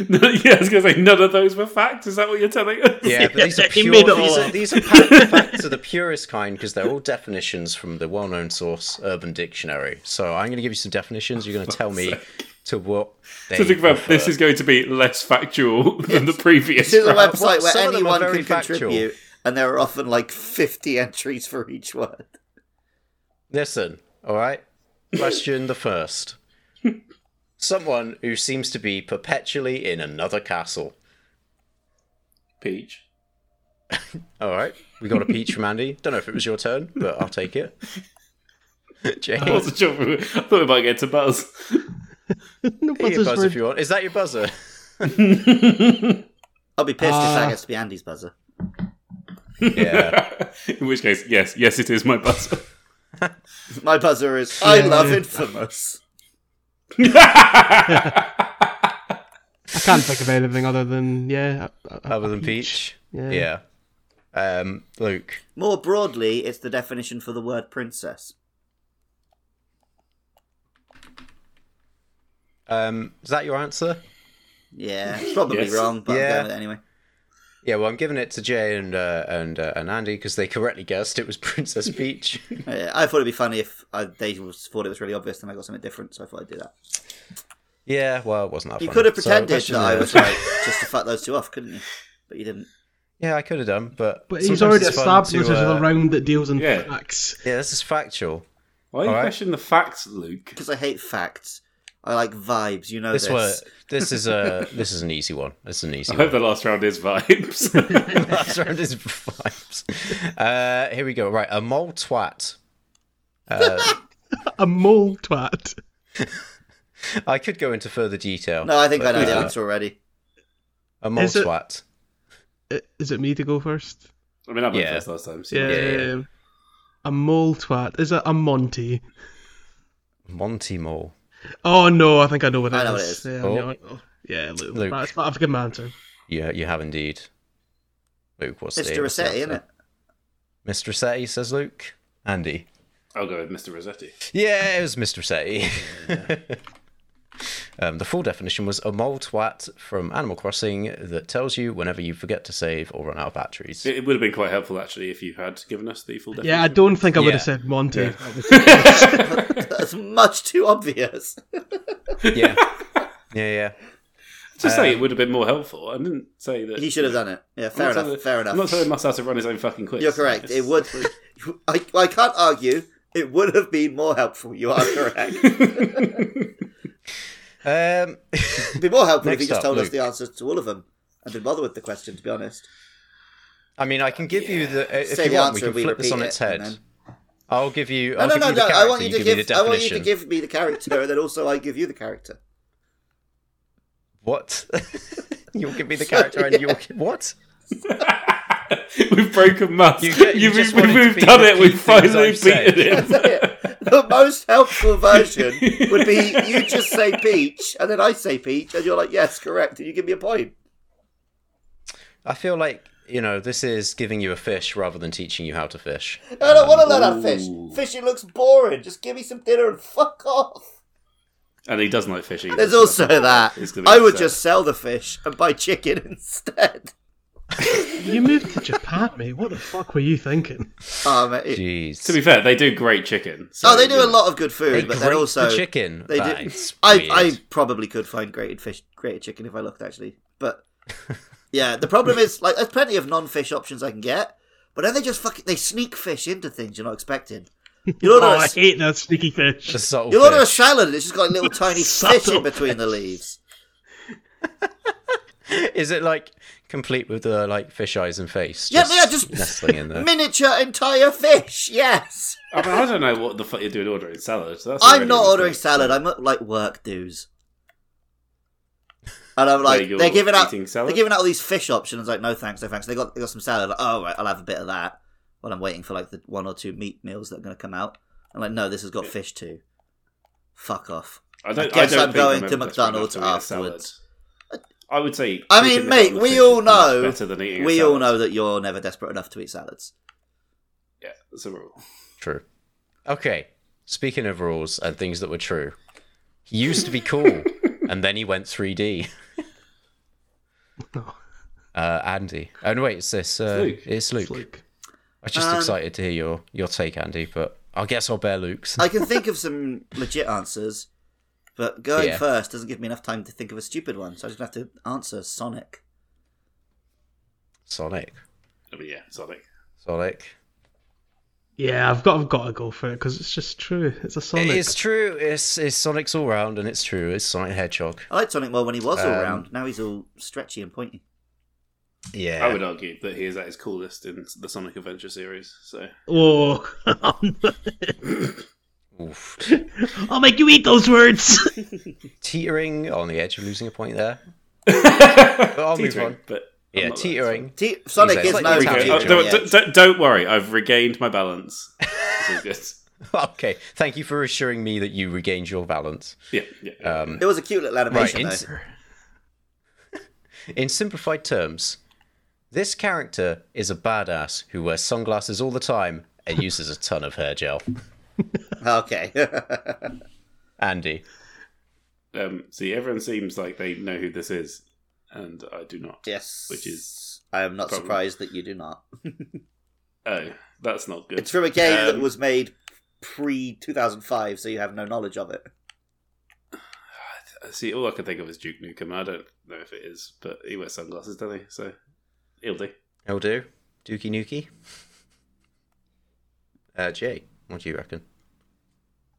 of those, no, yeah, I was going to say none of those were facts. Is that what you're telling us? yeah, but these are He pure. made it These all are, up. these are pa- facts of the purest kind because they're all definitions from the well-known source Urban Dictionary. So I'm gonna give you some definitions. You're gonna tell me to what they. To think about refer. this is going to be less factual than the previous. This is a round. website where some of them are anyone very can factual. contribute, and there are often like 50 entries for each word. Listen, all right? Question the first. Someone who seems to be perpetually in another castle. Peach. All right, we got a peach from Andy. Don't know if it was your turn, but I'll take it. Jay, I wasn't sure. if we- I thought we might get to Buzz. no, hit your buzzers buzz were- if you want. Is that your buzzer? I'll be pissed if Ah. that gets to be Andy's buzzer. Yeah. In which case, yes, yes, it is my buzzer. My buzzer is I love Infamous. I can't think of anything other than yeah. I- I- Other than peach. Yeah. Yeah. Um, Luke. More broadly, it's the definition for the word princess. Um, is that your answer? Yeah, it's probably Yes. wrong, but Yeah. I'm going with it anyway. Yeah, well, I'm giving it to Jay and uh, and uh, and Andy because they correctly guessed it was Princess Peach. Yeah, I thought it'd be funny if I, they was, thought it was really obvious and I got something different, so I thought I'd do that. yeah, well, it wasn't that You funny. could have So, pretended question that I there. was right just to fuck those two off, couldn't you? But you didn't. Yeah, I could have done, but But he's sometimes already it's fun established this to, as uh, a round that deals in Yeah. facts. Yeah, this is factual. Why are you All right. questioning the facts, Luke? Because I hate facts. I like vibes. You know this. This one, this is a this is an easy one. This is an easy I one. hope the last round is vibes. Last round is vibes. Uh, here we go. Right, a mole twat. A mole twat. I could go into further detail. No, I think I know the Yeah. answer already. A mole Is it- twat. I- Is it me to go first? I mean, I went Yeah. first last time. So Yeah. yeah. A mole twat. Is it a Monty? Monty mole. Oh no, I think I know what it is. I know what it is. Yeah, Oh. I'm like, oh. yeah Luke. Luke. That's, I've given my answer. Yeah, you have indeed. Luke, what's It's the Duracetti, what's isn't the it? answer? Mr. Rossetti says Luke. Andy. I'll go with Mr. Rossetti. Yeah, it was Mr. Rossetti. Um, the full definition was a mole twat from Animal Crossing that tells you whenever you forget to save or run out of batteries. It, it would have been quite helpful actually if you had given us the full definition. Yeah, I don't think I would Yeah. have said Monty. That's much too obvious. yeah. Yeah, yeah. Just say it would have been more helpful. I didn't say that Uh, He should have done it. Yeah, fair I'm not enough. telling- fair enough. I'm not telling Mustache to run his own fucking quiz. You're correct. It would. I, I can't argue. It would have been more helpful. You are correct. It'd Um, be more helpful Next if you just up, told us Luke. the answers to all of them and didn't bother with the question. To be honest, I mean, I can give you the. uh, If Say you the want, we answer, can we flip this repeat on it, its and head. then- I'll give you. no, I'll no, give no, you the no. I character, want you to give me give. the I want you to definition. give me the character, and then also I give you the character. What? you'll give me the character and you'll. gi- What? We've broken Musk. You get- you You've- just we've, wanted to we've beat done the it. We've two things finally I've said. beaten him. the most helpful version would be you just say peach, and then I say peach, and you're like, yes, correct, and you give me a point. I feel like, you know, this is giving you a fish rather than teaching you how to fish. I don't want to learn how to fish. Ooh. Fishing looks boring. Just give me some dinner and fuck off. And he doesn't like fishing. There's also that. It's gonna be I would upset. just sell the fish and buy chicken instead. you moved to Japan, mate. What the fuck were you thinking? Oh, mate, it- Jeez. To be fair, they do great chicken. So, oh, they do you a know. lot of good food, They but then grate also the chicken. they do. That's I, weird. I probably could find grated fish, grated chicken if I looked actually, but yeah, the problem is like there's plenty of non-fish options I can get, but then they just fucking they sneak fish into things you're not expecting. You'll order, Oh, a- I hate that sneaky fish. The subtle you'll order a fish. salad and it's just got a little tiny fish Subtle in between the leaves. Is it like complete with the like fish eyes and face? Yeah, yeah, just- nestling in there. Miniature entire fish, yes. I, mean, I don't know what the fuck you're doing ordering salad. So that's I'm already a not mistake. ordering salad. I'm at like work dues. And I'm like, you're they're giving out eating salad? they're giving out all these fish options. Like, no thanks, no thanks. They got they got some salad. Like, oh right, I'll have a bit of that while I'm waiting for like the one or two meat meals that are going to come out. I'm like, no, this has got fish too. Fuck off. I don't. I, guess don't I'm think going I'm to ever desperate McDonald's enough to eat a salad. afterwards. I would say. I chicken is mean, mate, on the we fish all is much know- Better than eating a We all salad. know that you're never desperate enough to eat salads. Yeah, that's a rule. True. Okay. Speaking of rules and things that were true, he used to be cool, and then he went 3D. No, Uh, Andy. Oh no, wait, it's this. Uh, Luke. It's Luke. it's like I'm just Um, excited to hear your your take, Andy. But I guess I'll bear Luke's. I can think of some legit answers, but going Yeah. first doesn't give me enough time to think of a stupid one. So I'm just gonna have to answer Sonic. Sonic. I mean, yeah, Sonic. Sonic. Yeah, I've got I've got to go for it because it's just true. It's a Sonic. It's true. It's, it's Sonic's all round, and it's true. It's Sonic the Hedgehog. I liked Sonic more when he was all Um, round. Now he's all stretchy and pointy. Yeah. I would argue that he is at his coolest in the Sonic Adventure series. So Oh, Oof. I'll make you eat those words. Teetering oh, on the edge of losing a point there. but I'll move on. But I'm Yeah, not that. teetering. T- Sonic He's is like- no He's like- Teacher Oh, Teetering. don't, yet. don't- don't, don't worry, I've regained my balance. It's all good. okay. Thank you for assuring me that you regained your balance. Yeah, yeah. Um, It was a cute little right. animation In, though. in simplified terms, this character is a badass who wears sunglasses all the time and uses a ton of hair gel. Okay. Andy. Um, see, everyone seems like they know who this is, and I do not. yes. Which is I am not probably- surprised that you do not. Oh, that's not good. It's from a game that Um, was made pre 2005, so you have no knowledge of it. See, all I can think of is Duke Nukem. I don't know if it is, but he wears sunglasses, doesn't he? So he'll do. He'll do. Dookie Nukie. Uh, Jay, what do you reckon?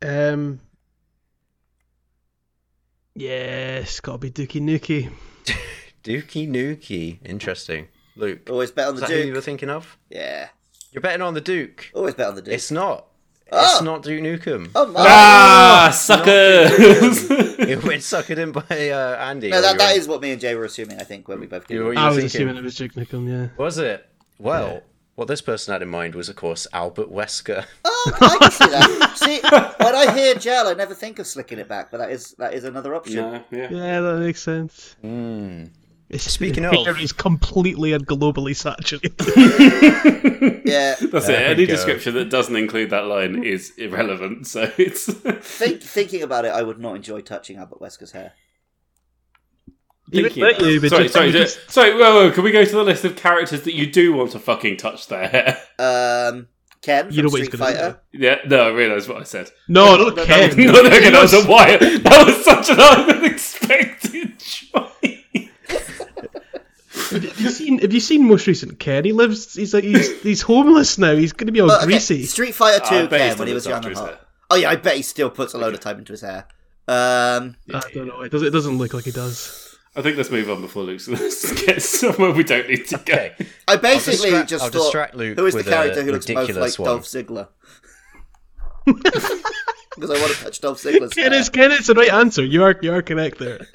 Um. Yeah, it's got to be Dookie Nukie. Dookie Nukie. Interesting. Luke. Always bet on Is the that who you were Duke. thinking of? Yeah. You're betting on the Duke. Always bet on the Duke. It's not. Oh. It's not Duke Nukem. Oh my! Ah, suckers! You went suckered in by uh, Andy. no, or that, you that were- is what me and Jay were assuming. I think when we both. you were- Googled. you were I was thinking- assuming it was Duke Nukem. Yeah. Was it? Well, what this person had in mind was, of course, Albert Wesker. Oh, I can see that. see, when I hear gel, I never think of slicking it back, but that is that is another option. no, yeah. Yeah, that makes sense. It's, Speaking the of- air is completely and globally saturated. Yeah, That's There it. we Any go. description that doesn't include that line is irrelevant. So it's think, thinking about it, I would not enjoy touching Albert Wesker's hair. You Thinking would let about- you, but sorry, just- sorry, you just- sorry. Whoa, whoa, can we go to the list of characters that you do want to fucking touch their hair? Um, Ken from You know what he's Street gonna Fighter. Yeah, no, I realise what I said. no, No, Oh, not no, Ken. No, no, okay, that was a wire. That was such an unexpected choice. Have you seen? Have you seen most recent Ken? He lives. He's like he's he's homeless now. He's going to be all But, Oh, okay, greasy. Street Uh, Fighter Two I bet he Ken still when he was looks young after and his hot. hair. Oh yeah, I bet he still puts a load of time into his hair. Um, I don't know. It doesn't. It doesn't look like he does. I think let's move on before Luke's let's get somewhere we don't need to go. Okay. I basically distract- just I'll thought, distract Luke who is the with a character who looks most like ridiculous one. Dolph Ziggler? Because I want to touch Dolph Ziggler's hair. Ken is Ken is the right answer. You are you are correct there.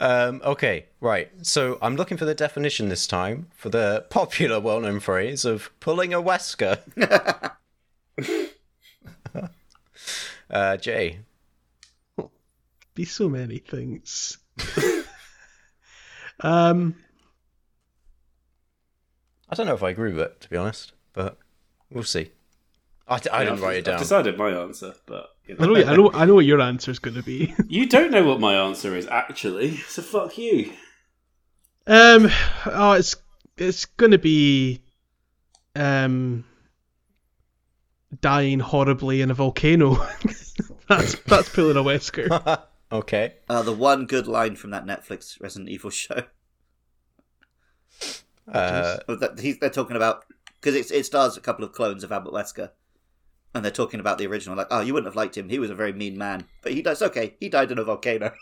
Um, okay, right. So I'm looking for the definition this time for the popular, well known phrase of pulling a Wesker. uh, Jay. Be so many things. um, I don't know if I agree with it, to be honest, but we'll see. I, I didn't write it I've down. decided my answer, but you, I know. know. I know. I know what your answer is going to be. you don't know what my answer is actually. So fuck you. Um, oh, it's it's gonna be, um, dying horribly in a volcano. that's that's pulling a Wesker. okay. Uh, the one good line from that Netflix Resident Evil show. Uh, Oh, that- he's- they're talking about because it, it stars a couple of clones of Albert Wesker, and they're talking about the original. Like, oh, you wouldn't have liked him. He was a very mean man, but he dies. Okay, he died in a volcano.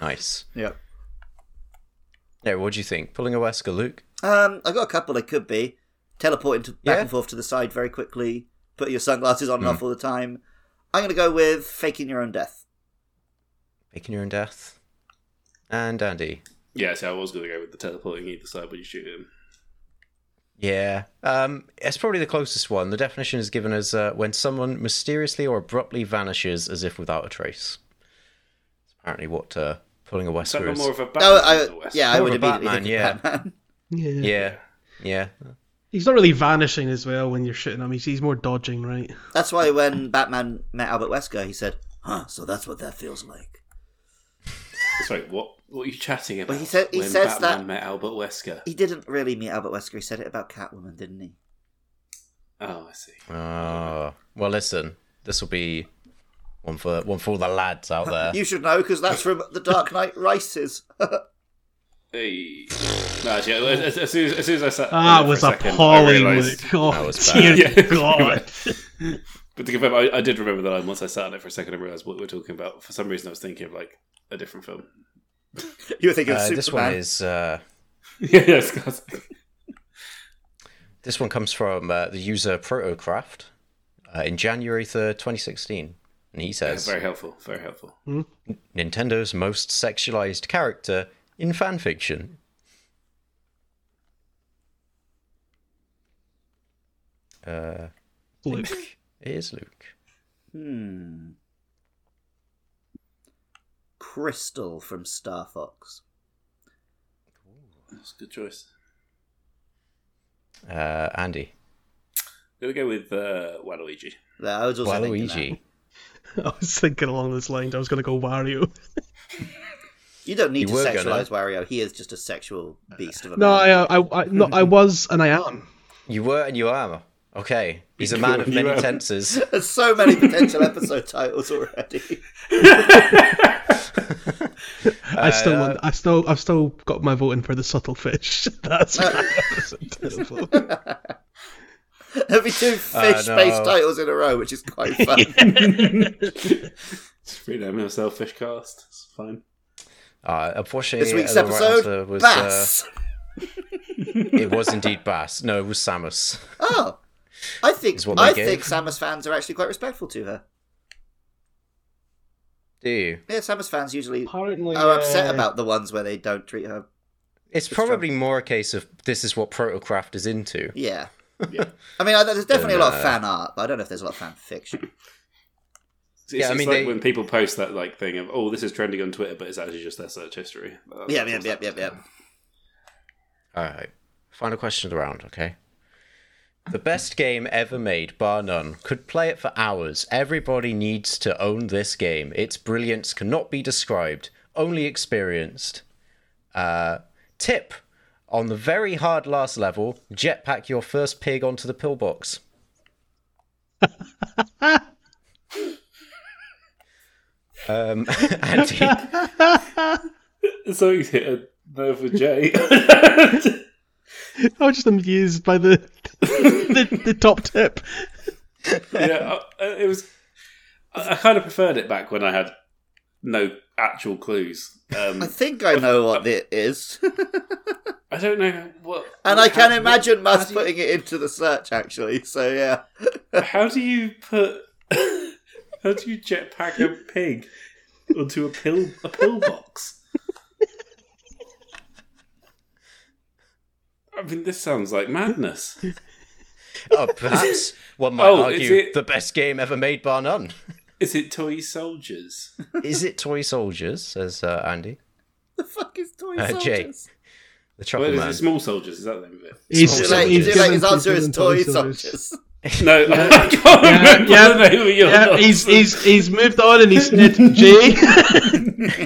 nice. yeah. Yeah, what do you think? Pulling a Wesker, Luke? Um, I got a couple. It could be teleporting to, back Yeah. Hmm. and forth to the side very quickly. Putting your sunglasses on and off all the time. I'm gonna go with faking your own death. Making your own death. And Andy. Yeah, see, I was going to go with the teleporting either side when you shoot him. Yeah, um, it's probably the closest one. The definition is given as uh, when someone mysteriously or abruptly vanishes as if without a trace. It's apparently what uh, pulling a Is that Wesker not is. more of a Oh, Batman than a I, West? yeah, I More would of a immediately think Batman, of Batman. Yeah. Yeah, yeah. he's not really vanishing as well when you're shooting him. He's he's more dodging, right? That's why when Batman met Albert Wesker, he said, "Huh, so that's what that feels like." Sorry, what? What are you chatting about? Well, he said- he when says Batman that- met Albert Wesker. He didn't really meet Albert Wesker. He said it about Catwoman, didn't he? Oh, I see. Oh. Well, listen, this will be one for one for all the lads out there. You should know because that's from The Dark Knight Rises. Hey. No, actually, as, as- as soon as, as soon as I sat, Ah, there was for a second, I appalling. realised- Luke. Oh, that was dear bad. Yeah. God. But to confirm, I, I did remember that line once I sat on it for a second and realised what we were talking about. For some reason, I was thinking of like a different film. you were thinking of Uh, Superman. this one is uh, yeah, yes, guys. this one comes from uh, the user Protocraft uh, in January third, twenty sixteen, and he says very helpful. Very helpful. Hmm. Nintendo's most sexualized character in fanfiction Luke. It is Luke. Hmm. Crystal from Star Fox. That's a good choice. Uh, Andy. I'm gonna go with uh, Waluigi. Yeah, I was also thinking Waluigi. I was thinking along those lines. I was gonna go Wario. that. You don't need You to were sexualize Wario. He is just a sexual beast of a No, man. I, uh, I, I, no, I was and I am. You were and you are. Okay. He's a man of You many are. tenses. There's so many potential episode titles already. Uh, I still, want, I still, I've still got my voting for the subtle fish. That's Uh, terrible. There'll be two fish-based Uh, no. titles in a row, which is quite fun. Just rename himself Fishcast. It's fine. Uh, unfortunately, This week's the right episode, answer was, Bass. Uh, it was indeed Bass. No, it was Samus. Oh, I think Is what they I gave. think Samus fans are actually quite respectful to her. Do you? Yeah, Samus fans usually Oh, Apparently, are upset uh, about the ones where they don't treat her. It's probably more a case of this is what Protocraft is into. Yeah, Yeah. I mean, I- there's definitely a lot of uh, fan art, but I don't know if there's a lot of fan fiction. It's, it's I mean, like they- when people post that like thing of oh this is trending on Twitter, but it's actually just their search history. That's- Yeah, yeah, Oh, that's yeah, what's yeah, yeah. happening. All right. Final question of the round, okay? The best game ever made, bar none. Could play it for hours. Everybody needs to own this game. Its brilliance cannot be described, only experienced. Uh, tip on the very hard last level, jetpack your first pig onto the pillbox. um, Andy, So you hit a nerve with Jay. I was just amused by the the, the top tip. yeah, I, I- it was. I, I kind of preferred it back when I had no actual clues. I Um, think I know what it is, I don't know what. and I can how- imagine Mass how do putting it into the search actually. So yeah, you- How do you put? How do you jetpack a pig onto a pill a pillbox? I mean, this sounds like madness. oh, perhaps one might Oh, is argue it- the best game ever made, bar none. Is it toy soldiers? Is it toy soldiers? Says uh, Andy. the fuck is toy Uh, Jake. soldiers? The Well, trouble is man. it small soldiers? Is that the name of it? He's, Is Is it it like, Soldiers. is it like his given- answer is given toy toy soldiers. soldiers? No, I can't remember yeah. the name of your Yeah, he's he's he's moved on and he's said Jay.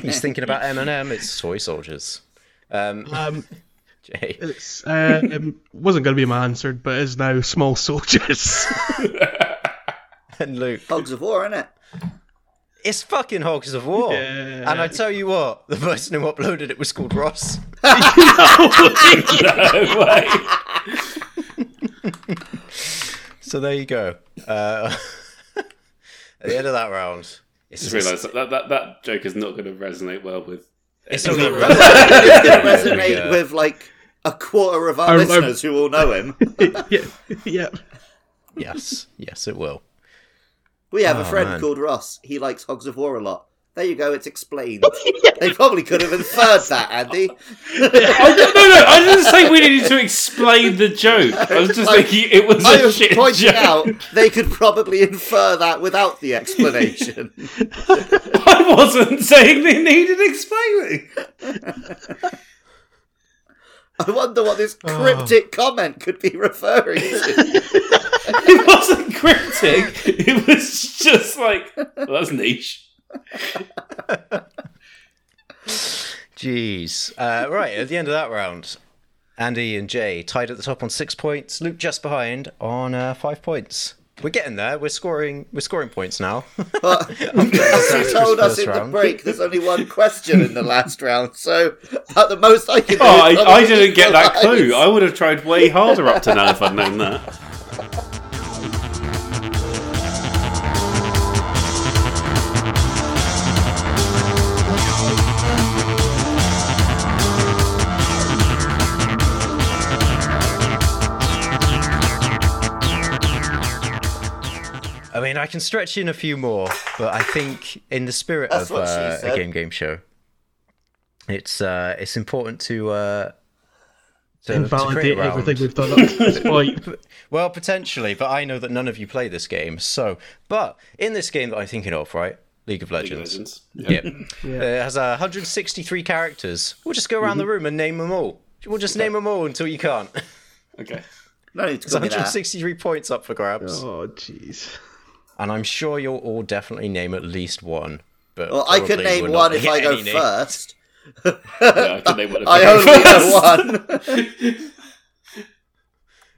He's thinking about Eminem. It's toy soldiers. Um, Um, Jay. it's uh, it wasn't going to be my answer, but it is now small soldiers. and Luke. Hogs of War, isn't it? It's fucking Hogs of War. Yeah. And I tell you what, the person who uploaded it was called Ross. no way. So there you go. Uh, at the end of that round, it's just realised that, that that that joke is not going to resonate well with. It's not gonna anyone. resonate. It's going to resonate Yeah. with like a quarter of our I- I- listeners who all know him. yeah, yeah. yes, yes, it will. We have a friend man. called Ross. He likes Hogs of War a lot. There you go. It's explained. They probably could have inferred that, Andy. I don't- Oh, no, no, I didn't say we needed to explain the joke. I was just I- thinking it was I a was shit pointing joke. out they could probably infer that without the explanation. I wasn't saying they needed explaining. I wonder what this cryptic comment could be referring to. It wasn't cryptic. It was just like well, that's niche. Jeez. Uh, right, at the end of that round, Andy and Jay tied at the top on six points. Luke just behind on uh, five points. We're getting there. We're scoring. We're scoring points now. But as you told us in the break, there's only one question in the last round. So at the most I can do. Oh, is I, I probably didn't get that equalise. clue. I would have tried way harder up to now if I'd known that. I mean, I can stretch in a few more, but I think in the spirit That's of what she uh, a said. game game show, it's uh, it's important to uh, to, to create Invalidate a round. everything we've done up to this point. Well, potentially, but I know that none of you play this game. So, but in this game that I'm thinking of, right, League of Legends, Legends. yeah, it has uh, 163 characters. We'll just go around Mm-hmm. the room and name them all. We'll just name them all until you can't. Okay. No need to It's call me that. 163 points up for grabs, Oh jeez. and I'm sure you'll all definitely name at least one. But Well, I could probably name we're not one gonna if I get go any names. first. Yeah, I, think they would have I picked only first. know one.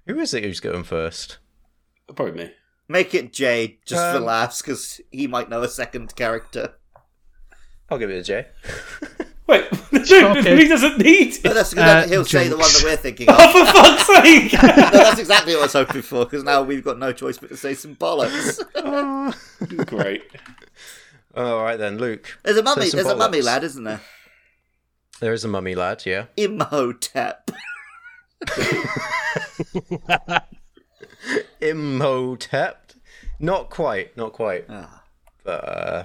Who is it who's going first? Probably me. Make it Jade just for Um, laughs because he might know a second character. I'll give it to Jay. Wait, Stop no, it. he doesn't need But it. that's because Uh, he'll say the one Jinx. that we're thinking of. For fuck's sake! No, that's exactly what I was hoping for because now we've got no choice but to say some bollocks. Great. All right then, Luke. There's a mummy. Say some There's a mummy bollocks. lad, isn't there? There is a mummy lad, yeah. Imhotep. Imhotep. Not quite, not quite. Ah. But uh,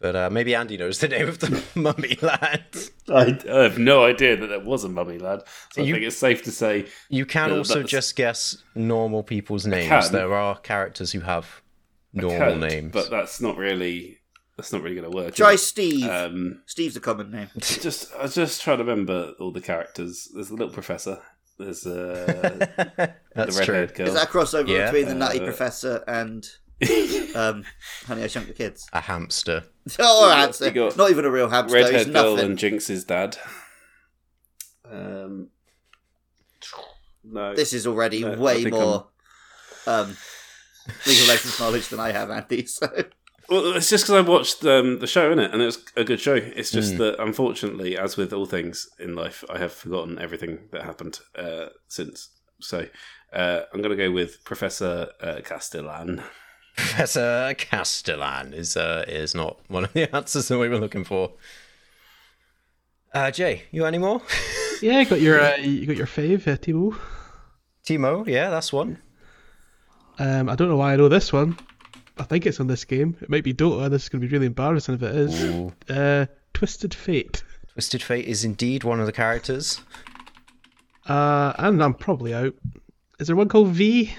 but uh, maybe Andy knows the name of the mummy lad. I, I have no idea that there was a mummy lad, so You- I think it's safe to say You can Uh, also that's- just guess normal people's names. can. There are characters who have normal Coke, names. but that's not really that's not really going to work. is Try it? Steve. Um, Steve's a common name. just I was just trying to remember all the characters. There's the little professor. There's uh, that's the true. redhead girl. Is that a crossover Yeah. between the Nutty Uh, Professor and um, Honey I Shrunk the Kids? A hamster. or got- hamster. you got Not even a real hamster. He's redhead girl nothing. and Jinx's dad? Um, no. This is already No, I way think more um, League of Legends knowledge than I have, Andy. So Well, it's just because I watched um, the show in it, and it was a good show. It's just Hmm. Mm. that, unfortunately, as with all things in life, I have forgotten everything that happened uh, since. So uh, I'm going to go with Professor uh, Castellan. Professor Castellan is uh, is not one of the answers that we were looking for. Uh, Jay, you got any more? Yeah, got your uh, you got your fave, uh, Timo. Timo, yeah, that's one. Um, I don't know why I know this one. I think it's on this game. It might be Dota. This is going to be really embarrassing if it is. Ooh. Uh, Twisted Fate. Twisted Fate is indeed one of the characters. Uh, and I'm probably out. Is there one called V?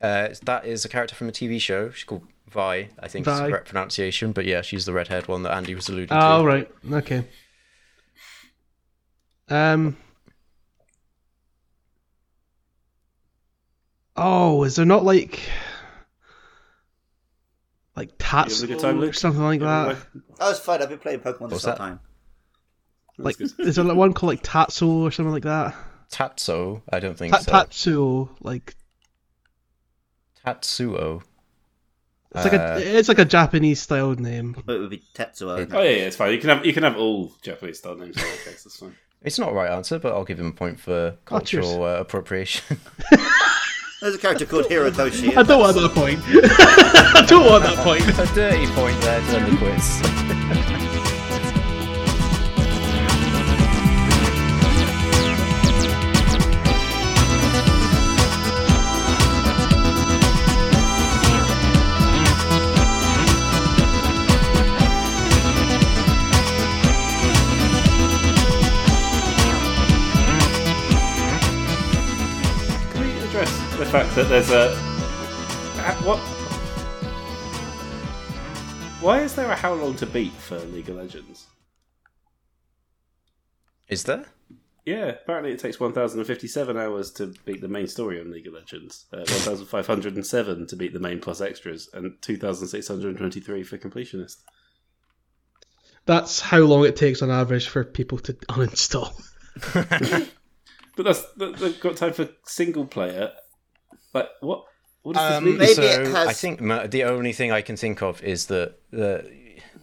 Uh, that is a character from a TV show. She's called Vi, I think is Vi. the correct pronunciation. But yeah, she's the redhead one that Andy was alluding to. Oh right, okay. Um. Oh, is there not like like tats having a good time, or Luke? something like that? I was fine. I've been playing Pokemon What's this whole that? time. Like, is there like one called like Tatsu or something like that? Tatso, I don't think Ta- so. Tatsuo, like Tatsuo. it's like Uh, a it's like a Japanese style name. It would be Tetsuo. It- Oh yeah, yeah, it's fine. You can have you can have all Japanese style names. in that case, that's fine. It's not a right answer, but I'll give him a point for Oh, cheers. cultural uh, appropriation. There's a character called Hirotoshi. I don't want that point. I don't want that point. a dirty point there to end the quiz. Can we address the fact that there's a ha- what? Why is there a how long to beat for League of Legends? Is there? Yeah, apparently it takes 1,057 hours to beat the main story on League of Legends, uh, 1,507 to beat the main plus extras, and 2,623 for completionist. That's how long it takes on average for people to uninstall. But that's that, they've got time for single player. Like what? What does Um, this mean? Maybe so it has- I think ma- the only thing I can think of is that uh,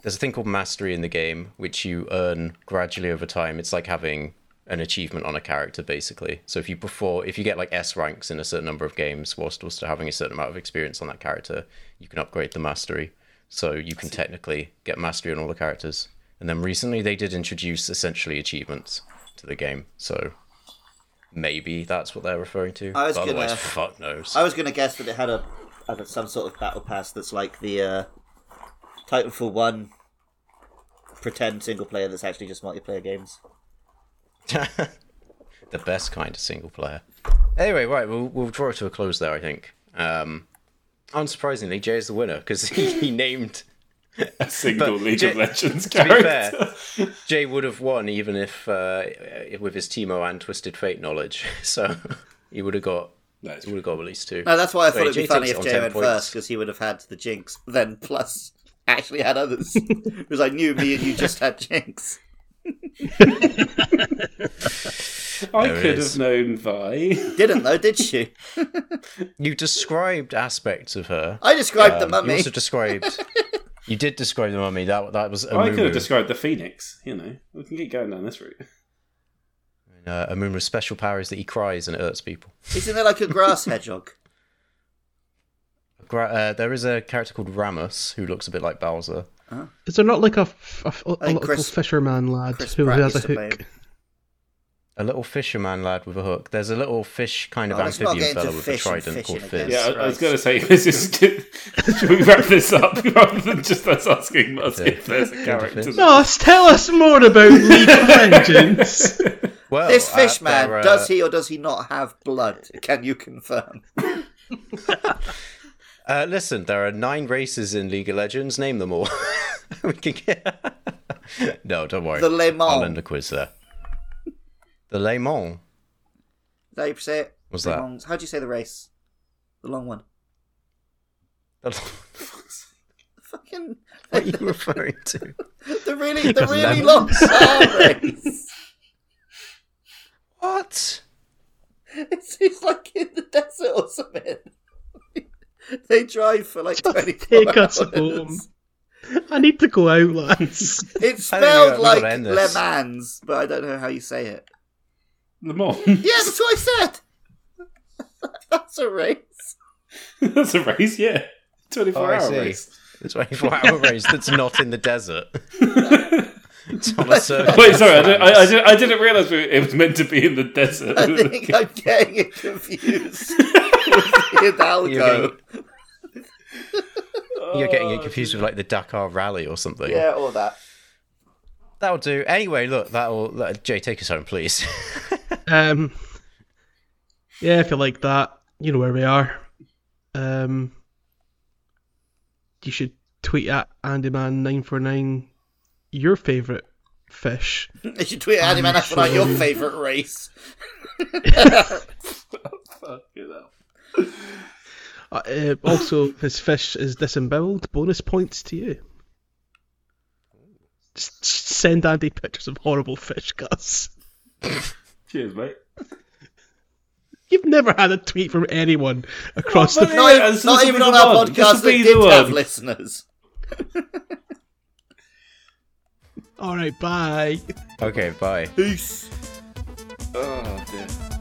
there's a thing called mastery in the game, which you earn gradually over time. It's like having an achievement on a character, basically. So if you before, if you get like S ranks in a certain number of games, whilst also having a certain amount of experience on that character, you can upgrade the mastery. So you can technically get mastery on all the characters. And then recently they did introduce essentially achievements to the game. So maybe that's what they're referring to. I was But gonna- otherwise, fuck knows. I was going to guess that it had a had a- some sort of battle pass that's like the uh, Titanfall one pretend single player that's actually just multiplayer games. the best kind of single player. Anyway, right, we'll, we'll draw it to a close there, I think. Um, unsurprisingly, Jay is the winner because he, he named. A single but League J- of to Legends be fair- character. Jay would have won even if uh, with his Timo and Twisted Fate knowledge, so he would have got No, it's he would have got at least two. No, that's why I thought Wait, it'd be Jay funny takes if it Jay on 10 went points. first because he would have had the Jinx then plus actually had others because I knew me and you just had Jinx. I There it could is. have known Vi. Didn't though, did you? You described aspects of her. I described the Um, mummy. You also described. you did describe the mummy. That that was I could Amumu. have described the Phoenix. You know, we can keep going down this route. uh, Amumu's special power is that he cries and it hurts people. Isn't there like a grass hedgehog? Gra- uh, there is a character called Ramus who looks a bit like Bowser. Is there not like a, f- a f- a think little Chris- fisherman lad Chris who Pratt has a used to play hook? him. A little fisherman lad with a hook. There's a little fish kind of Oh, let's not amphibian get into fella with a fish and trident called fishing again. Fizz. Yeah, I, I was Christ. going to say this is. Should we wrap this up rather than just us asking us if there's a character? that- No, s- tell us more about League of Legends. Well, This uh, fish man, there, uh, does he or does he not have blood? Can you confirm? Uh, listen, there are nine races in League of Legends. Name them all. we can get. no, don't worry. The Le I'll Mans. end the quiz there. The Le Mans. Is that how you say it? What's The that? Mans. How do you say the race? The long one. The- Fucking what are you referring to? the really the really Lemon. long star race. What? It's, it's like in the desert or something. they drive for like twenty. Take us home. I need to go out, lads. It's I don't know spelled how to like end Le this. Mans, but I don't know how you say it. Le Mans. Yeah, that's what I said. that's a race. That's a race, yeah. 24 Oh, I hour see. race. The 24 hour race that's not in the desert. It's on a circuit. Wait, sorry, I, didn't, I, I, didn't, I didn't realize we- it was meant to be in the desert. I think I'm getting it confused. with You're Hidalgo. getting, you're getting Oh, it confused with like the Dakar Rally or something. Yeah, all that. That'll do. Anyway, look, that'll. That, Jay, take us home, please. Um, yeah, if you like that, you know where we are. Um, you should tweet at Andyman949 your favourite fish. You should tweet at him and ask about your favourite race. Fucking hell. Uh, uh, also, his fish is disemboweled. Bonus points to you. Just send Andy pictures of horrible fish, Gus. Cheers, mate. You've never had a tweet from anyone across the. Not, even- not even on our podcast that did have listeners. All right, bye. okay, bye. Peace. Oh, dear.